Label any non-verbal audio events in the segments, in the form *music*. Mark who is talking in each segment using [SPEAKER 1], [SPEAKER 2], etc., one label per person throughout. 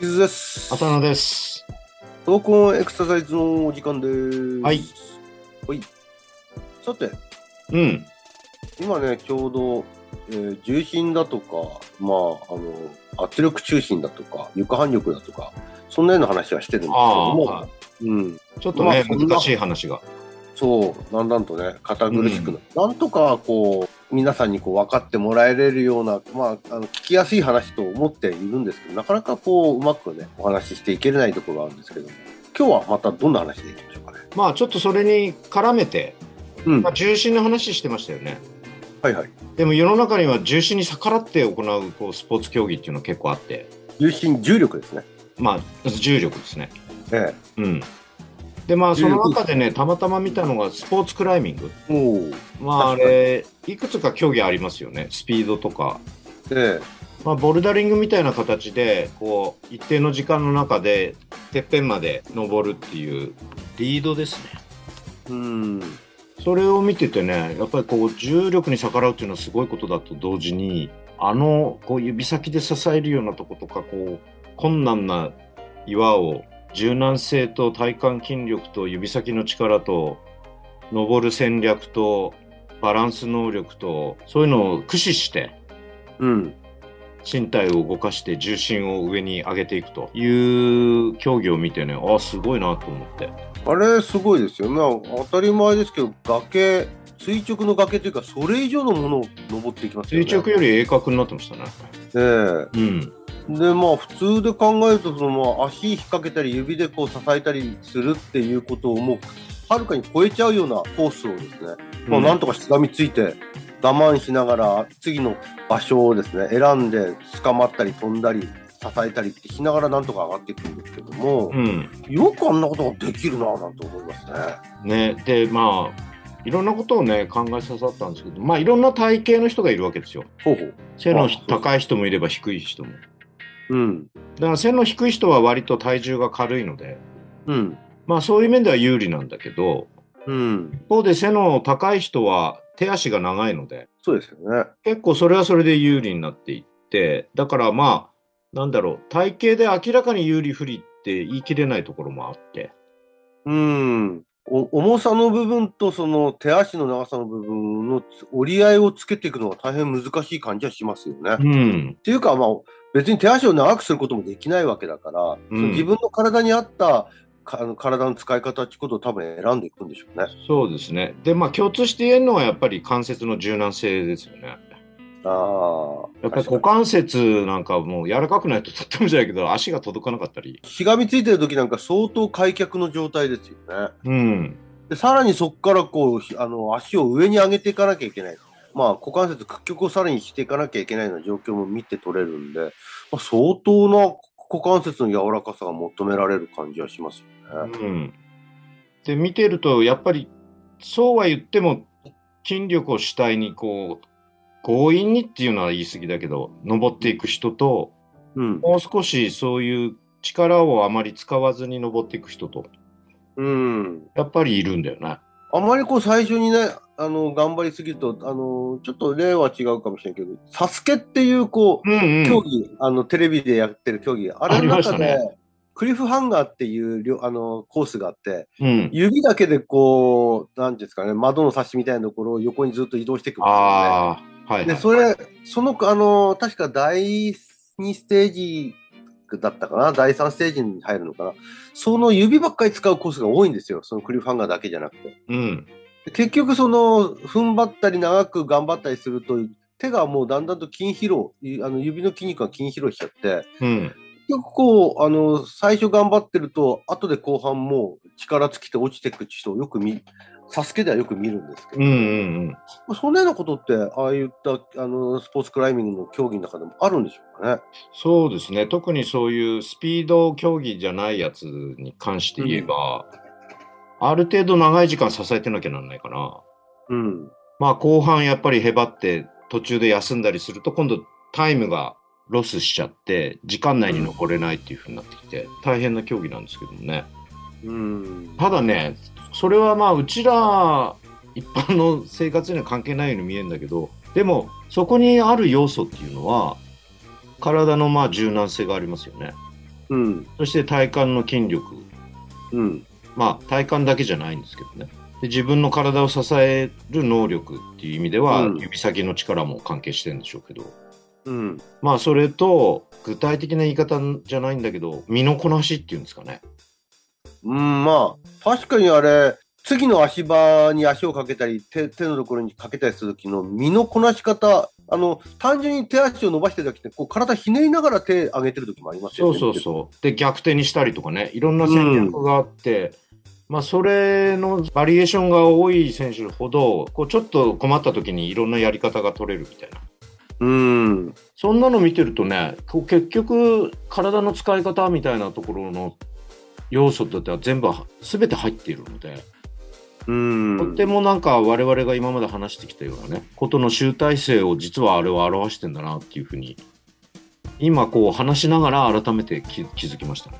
[SPEAKER 1] ゆずです。
[SPEAKER 2] 浅野です。
[SPEAKER 1] 闘魂エクササイズのお時間です。
[SPEAKER 2] はい。
[SPEAKER 1] はい。さて、
[SPEAKER 2] うん。
[SPEAKER 1] 今ね、ちょうど、えー重心だとか、まあ、あの、圧力中心だとか、床反力だとか、そんなような話はしてるんですけども、
[SPEAKER 2] あ
[SPEAKER 1] うん。
[SPEAKER 2] あ、ちょっとね、
[SPEAKER 1] まあそんな
[SPEAKER 2] 難しい話が。
[SPEAKER 1] そう、だんだんとね、堅苦しくなる、なんとか、こう、皆さんにこう分かってもらえるような、まあ、あの聞きやすい話と思っているんですけど、なかなかこう、うまくね、お話ししていけれないところがあるんですけども、今日はまたどんな話でいきましょうかね。
[SPEAKER 2] まあちょっとそれに絡めて、
[SPEAKER 1] うん。
[SPEAKER 2] まあ、
[SPEAKER 1] は
[SPEAKER 2] 重心の話してましたよね。
[SPEAKER 1] いはい。
[SPEAKER 2] でも世の中には重心に逆らって行うこうスポーツ競技っていうのは結構あって、
[SPEAKER 1] 重心、重力ですね。
[SPEAKER 2] まあ重力ですね。
[SPEAKER 1] え
[SPEAKER 2] うん。でまあその中でね、たまたま見たのがスポーツクライミング。
[SPEAKER 1] え。おお。
[SPEAKER 2] まああ
[SPEAKER 1] 確かに
[SPEAKER 2] れ、いくつか競技ありますよね。スピードとか。
[SPEAKER 1] ええ。
[SPEAKER 2] まあ、ボルダリングみたいな形でこう一定の時間の中でてっぺんまで登るっていうリードですね
[SPEAKER 1] うん。
[SPEAKER 2] それを見ててねやっぱりこう重力に逆らうっていうのはすごいことだと同時にあのこう指先で支えるようなとことかこう困難な岩を柔軟性と体幹筋力と指先の力と登る戦略とバランス能力とそういうのを駆使して
[SPEAKER 1] うん。
[SPEAKER 2] 身体を動かして重心を上に上げていくという競技を見てねああすごいなと思って
[SPEAKER 1] あれ、すごいですよね。当たり前ですけど、崖、垂直の崖というか、それ以上のものを登っていきますよね。
[SPEAKER 2] 垂直より鋭角になってましたね
[SPEAKER 1] え
[SPEAKER 2] うん
[SPEAKER 1] えで、まあ、普通で考えると、その、まあ、足引っ掛けたり、指でこう支えたりするっていうことをもう、はるかに超えちゃうようなコースをですね、もうなんとかしがみついて、我慢しながら、次の場所をですね、選んで、捕まったり、飛んだり、支えたりってしながら、なんとか上がっていくんですけども、
[SPEAKER 2] うん
[SPEAKER 1] よくあんなことができるなぁなんて思いますね。
[SPEAKER 2] ねでまあいろんなことをね考えささったんですけどまあいろんな体型の人がいるわけですよ
[SPEAKER 1] ほうほう。
[SPEAKER 2] 背の
[SPEAKER 1] あ
[SPEAKER 2] 高い人もいれば低い人も
[SPEAKER 1] うん。
[SPEAKER 2] だから背の低い人は割と体重が軽いので
[SPEAKER 1] うん。
[SPEAKER 2] まあそういう面では有利なんだけど
[SPEAKER 1] うん。
[SPEAKER 2] 一方で背の高い人は手足が長いので
[SPEAKER 1] そうですよね。
[SPEAKER 2] 結構それはそれで有利になっていってだからまあなんだろう体型で明らかに有利不利って言い切れないところもあって
[SPEAKER 1] うん。お重さの部分とその手足の長さの部分の折り合いをつけていくのが大変難しい感じはしますよね。
[SPEAKER 2] う
[SPEAKER 1] っ
[SPEAKER 2] ん
[SPEAKER 1] ていうか、まあ、別に手足を長くすることもできないわけだから、
[SPEAKER 2] うん
[SPEAKER 1] その自分の体に合ったかあの体の使い方っていうことを多分選んでいくんでしょうね。
[SPEAKER 2] そうですねでまあ共通して言えるのはやっぱり関節の柔軟性ですよね
[SPEAKER 1] ああ。
[SPEAKER 2] やっぱり股関節なんかもう柔らかくないととってもじゃないけど足が届かなかったり
[SPEAKER 1] しがみついてる時なんか相当開脚の状態ですよね。
[SPEAKER 2] うん
[SPEAKER 1] でさらにそこからこうひあの足を上に上げていかなきゃいけない、まあ、股関節屈曲をさらにしていかなきゃいけないような状況も見て取れるんで、まあ、相当な股関節の柔らかさが求められる感じはしますよね。
[SPEAKER 2] うんで見てるとやっぱりそうは言っても筋力を主体にこう強引にっていうのは言い過ぎだけど登っていく人と
[SPEAKER 1] うん、
[SPEAKER 2] もう少しそういう力をあまり使わずに登っていく人と、
[SPEAKER 1] うん、
[SPEAKER 2] やっぱりいるんだよね。
[SPEAKER 1] あまりこう最初にねあの頑張りすぎるとあのちょっと例は違うかもしれないけど「サスケっていうこう
[SPEAKER 2] うん
[SPEAKER 1] 競技、あのテレビでやってる競技あれの
[SPEAKER 2] ありまし
[SPEAKER 1] 中
[SPEAKER 2] た
[SPEAKER 1] で、
[SPEAKER 2] ね
[SPEAKER 1] クリフハンガーっていうりょあのコースがあって、
[SPEAKER 2] うん。
[SPEAKER 1] 指だけでこう、なんていうんですかね、窓の差しみたいなところを横にずっと移動していくんですよ
[SPEAKER 2] ああ、はい、
[SPEAKER 1] ね。で、それ、その、あの、確か第2ステージだったかな、第3ステージに入るのかな。その指ばっかり使うコースが多いんですよ。そのクリフハンガーだけじゃなくて。
[SPEAKER 2] うん。
[SPEAKER 1] で結局、その、踏ん張ったり長く頑張ったりすると、手がもうだんだんと筋疲労、いあの指の筋肉が筋疲労しちゃって、
[SPEAKER 2] うん。
[SPEAKER 1] 結構あの最初頑張ってると後で後半もう力尽きて落ちてく人をよく見サスケではよく見るんですけ
[SPEAKER 2] うんう
[SPEAKER 1] ど、
[SPEAKER 2] んうん。
[SPEAKER 1] そんなようなことってああいったあのスポーツクライミングの競技の中でもあるんでしょうかね。
[SPEAKER 2] そうですね。特にそういうスピード競技じゃないやつに関して言えば、ある程度長い時間支えてなきゃなんないかな。
[SPEAKER 1] うん、
[SPEAKER 2] まあ後半やっぱりへばって途中で休んだりすると今度タイムがロスしちゃって時間内に残れないっていう風になってきて大変な競技なんですけどもね
[SPEAKER 1] うん。
[SPEAKER 2] ただねそれはまあうちら一般の生活には関係ないように見えるんだけどでもそこにある要素っていうのは体のまあ柔軟性がありますよね
[SPEAKER 1] うん。
[SPEAKER 2] そして体幹の筋力
[SPEAKER 1] うん。
[SPEAKER 2] まあ体幹だけじゃないんですけどねで自分の体を支える能力っていう意味では、
[SPEAKER 1] うん
[SPEAKER 2] 指先の力も関係してるんでしょうけど
[SPEAKER 1] うん。
[SPEAKER 2] まあそれと具体的な言い方じゃないんだけど身のこなしっていうんですかね
[SPEAKER 1] うん、まあ、確かにあれ、次の足場に足をかけたり、手手のところにかけたりする時の身のこなし方、あの、単純に手足を伸ばしてる時って、こう、体ひねりながら手上げてる時もありますよ
[SPEAKER 2] そ
[SPEAKER 1] ね。
[SPEAKER 2] うそうそう。で、逆転にしたりとかね、いろんな戦略があって、まあ、それのバリエーションが多い選手ほど、こうちょっと困った時にいろんなやり方が取れるみたいな。
[SPEAKER 1] う。うん。
[SPEAKER 2] そんなの見てるとね、こう結局、体の使い方みたいなところの要素だっては全部、全て入っているので、
[SPEAKER 1] うん。
[SPEAKER 2] とってもなんか我々が今まで話してきたようなね、ことの集大成を実はあれは表してんだなっていうふうに、今こう話しながら改めて気気づきましたね。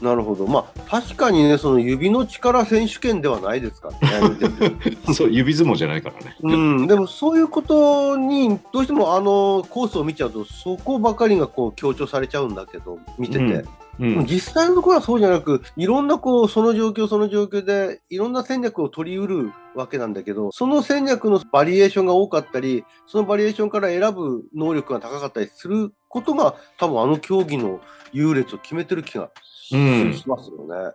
[SPEAKER 1] なるほど。まあ、確かにね、その指の力選手権ではないですからね見てて。
[SPEAKER 2] *laughs* そう、指相撲じゃないからね。
[SPEAKER 1] うん、でもそういうことにどうしてもあのコースを見ちゃうとそこばかりがこう強調されちゃうんだけど見てて、
[SPEAKER 2] うんうん、
[SPEAKER 1] 実際のところはそうじゃなくいろんなこうその状況その状況でいろんな戦略を取りうるわけなんだけどその戦略のバリエーションが多かったりそのバリエーションから選ぶ能力が高かったりすることが多分あの競技の優劣を決めてる気がし,、
[SPEAKER 2] うん
[SPEAKER 1] ますよね。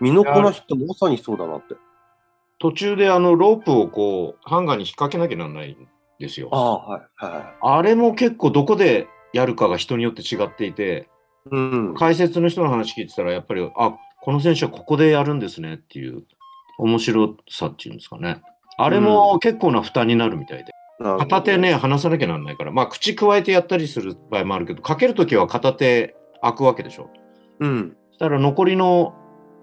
[SPEAKER 1] 身のこなしってまさにそうだなって。
[SPEAKER 2] 途中であのロープをこうハンガーに引っ掛けなきゃならないんですよ。
[SPEAKER 1] ああはいは
[SPEAKER 2] あれも結構どこでやるかが人によって違っていて、
[SPEAKER 1] い。うん、
[SPEAKER 2] 解説の人の話聞いてたらやっぱり、あ、この選手はここでやるんですねっていう面白さっていうんですかね。あれも結構な負担になるみたいで。
[SPEAKER 1] なるほど
[SPEAKER 2] 片手ね、離さなきゃならないから、まあ口加えてやったりする場合もあるけど、かけるときは片手開くわけでしょ。
[SPEAKER 1] うん
[SPEAKER 2] そしたら残りの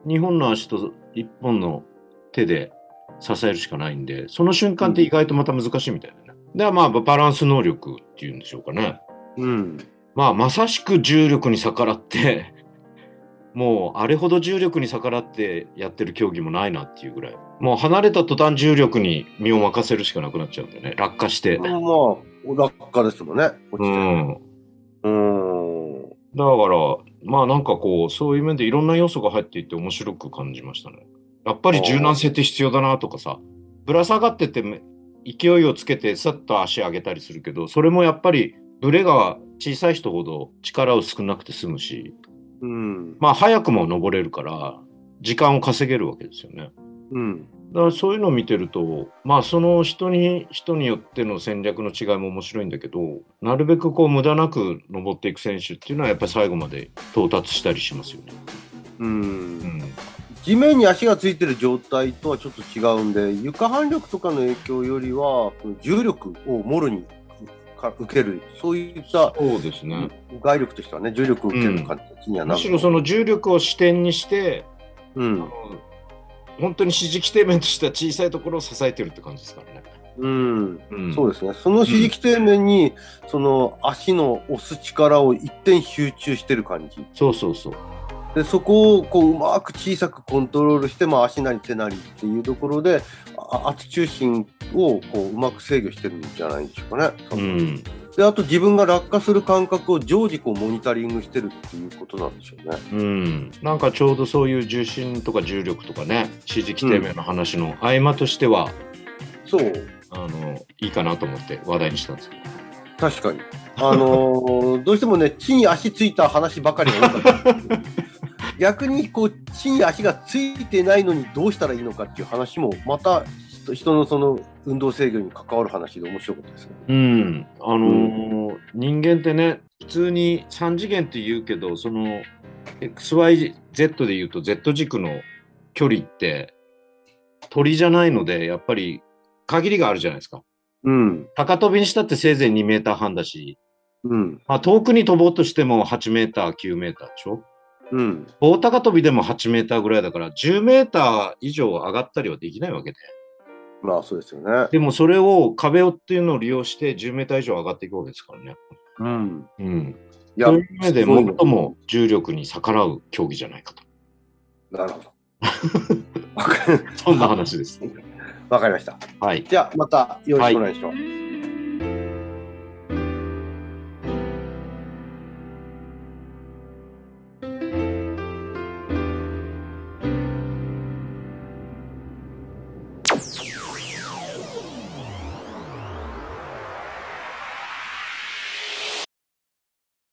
[SPEAKER 2] 2本の足と1本の手で支えるしかないんで、その瞬間って意外とまた難しいみたいだね。で、まあ、バランス能力っていうんでしょうかね。
[SPEAKER 1] うん
[SPEAKER 2] まあ、まさしく重力に逆らって、 *laughs* もうあれほど重力に逆らってやってる競技もないなっていうぐらい。もう離れた途端重力に身を任せるしかなくなっちゃうんだよね。落下して。
[SPEAKER 1] まあ、お落下ですもんね、落
[SPEAKER 2] う
[SPEAKER 1] ちて。
[SPEAKER 2] ん。
[SPEAKER 1] うん。
[SPEAKER 2] だから、まあなんかこう、そういう面でいろんな要素が入っていて面白く感じましたね。やっぱり柔軟性って必要だなとかさ、ぶら下がっててめ勢いをつけてさっと足上げたりするけど、それもやっぱりブレが小さい人ほど力を少なくて済むし、
[SPEAKER 1] うん。
[SPEAKER 2] まあ早くも登れるから、時間を稼げるわけですよね。
[SPEAKER 1] うん。
[SPEAKER 2] だからそういうのを見てると、まあその人に、人によっての戦略の違いも面白いんだけど、なるべくこう無駄なく登っていく選手っていうのはやっぱり最後まで到達したりしますよね。
[SPEAKER 1] うん。地面に足がついてる状態とはちょっと違うんで、床反力とかの影響よりは、その重力をもろにか受ける、そういった
[SPEAKER 2] そうですね。
[SPEAKER 1] 外力としてはね、重力を受ける形にはな
[SPEAKER 2] む
[SPEAKER 1] る。
[SPEAKER 2] しろその重力を視点にして、
[SPEAKER 1] うん。
[SPEAKER 2] 本当に支持基底面とした小さいところを支えてるって感じですからね。
[SPEAKER 1] うん。
[SPEAKER 2] うん
[SPEAKER 1] そうですね。その支持基底面に、その足の押す力を一点集中してる感じ。
[SPEAKER 2] そうそうそう。
[SPEAKER 1] でそこをこううまく小さくコントロールして、まあ、足なり手なりっていうところであ圧中心をこううまく制御してるんじゃないでしょうかね。多
[SPEAKER 2] う
[SPEAKER 1] 分
[SPEAKER 2] ん。
[SPEAKER 1] であと自分が落下する感覚を常時こうモニタリングしてるっていうことなんでしょうね。
[SPEAKER 2] うん、なんかちょうどそういう重心とか重力とかね支持基底面の話の合間としては、
[SPEAKER 1] そう
[SPEAKER 2] あのいいかなと思って話題にしたんですけど
[SPEAKER 1] 確かに。あの *laughs* ーどうしてもね地に足ついた話ばかりが多かったん *laughs* ですけど逆にこう地に足がついてないのにどうしたらいいのかっていう話もまた人人のその運動制御に関わる話で面白かったですね。
[SPEAKER 2] うん、あのー人間ってね普通に3次元って言うけどその XYZ で言うと Z 軸の距離って鳥じゃないのでやっぱり限りがあるじゃないですか
[SPEAKER 1] うん、
[SPEAKER 2] 高飛びにしたってせいぜい2メーター半だし、
[SPEAKER 1] うん、
[SPEAKER 2] まあ、遠くに飛ぼうとしても8メーター9メーターでしょ
[SPEAKER 1] うん。
[SPEAKER 2] 棒高跳びでも8メーターぐらいだから10メーター以上上がったりはできないわけで
[SPEAKER 1] まあそうですよね。
[SPEAKER 2] でもそれを壁をっていうのを利用して10メーター以上上がっていくわけですからね
[SPEAKER 1] うん。
[SPEAKER 2] うん、
[SPEAKER 1] いや
[SPEAKER 2] と、いう上で、
[SPEAKER 1] すごいね
[SPEAKER 2] 最も重力に逆らう競技じゃないかと。
[SPEAKER 1] なるほど。わかり
[SPEAKER 2] そんな話です。
[SPEAKER 1] わかりました。
[SPEAKER 2] はい。
[SPEAKER 1] じゃあ、またよろしくお願いします。
[SPEAKER 3] うん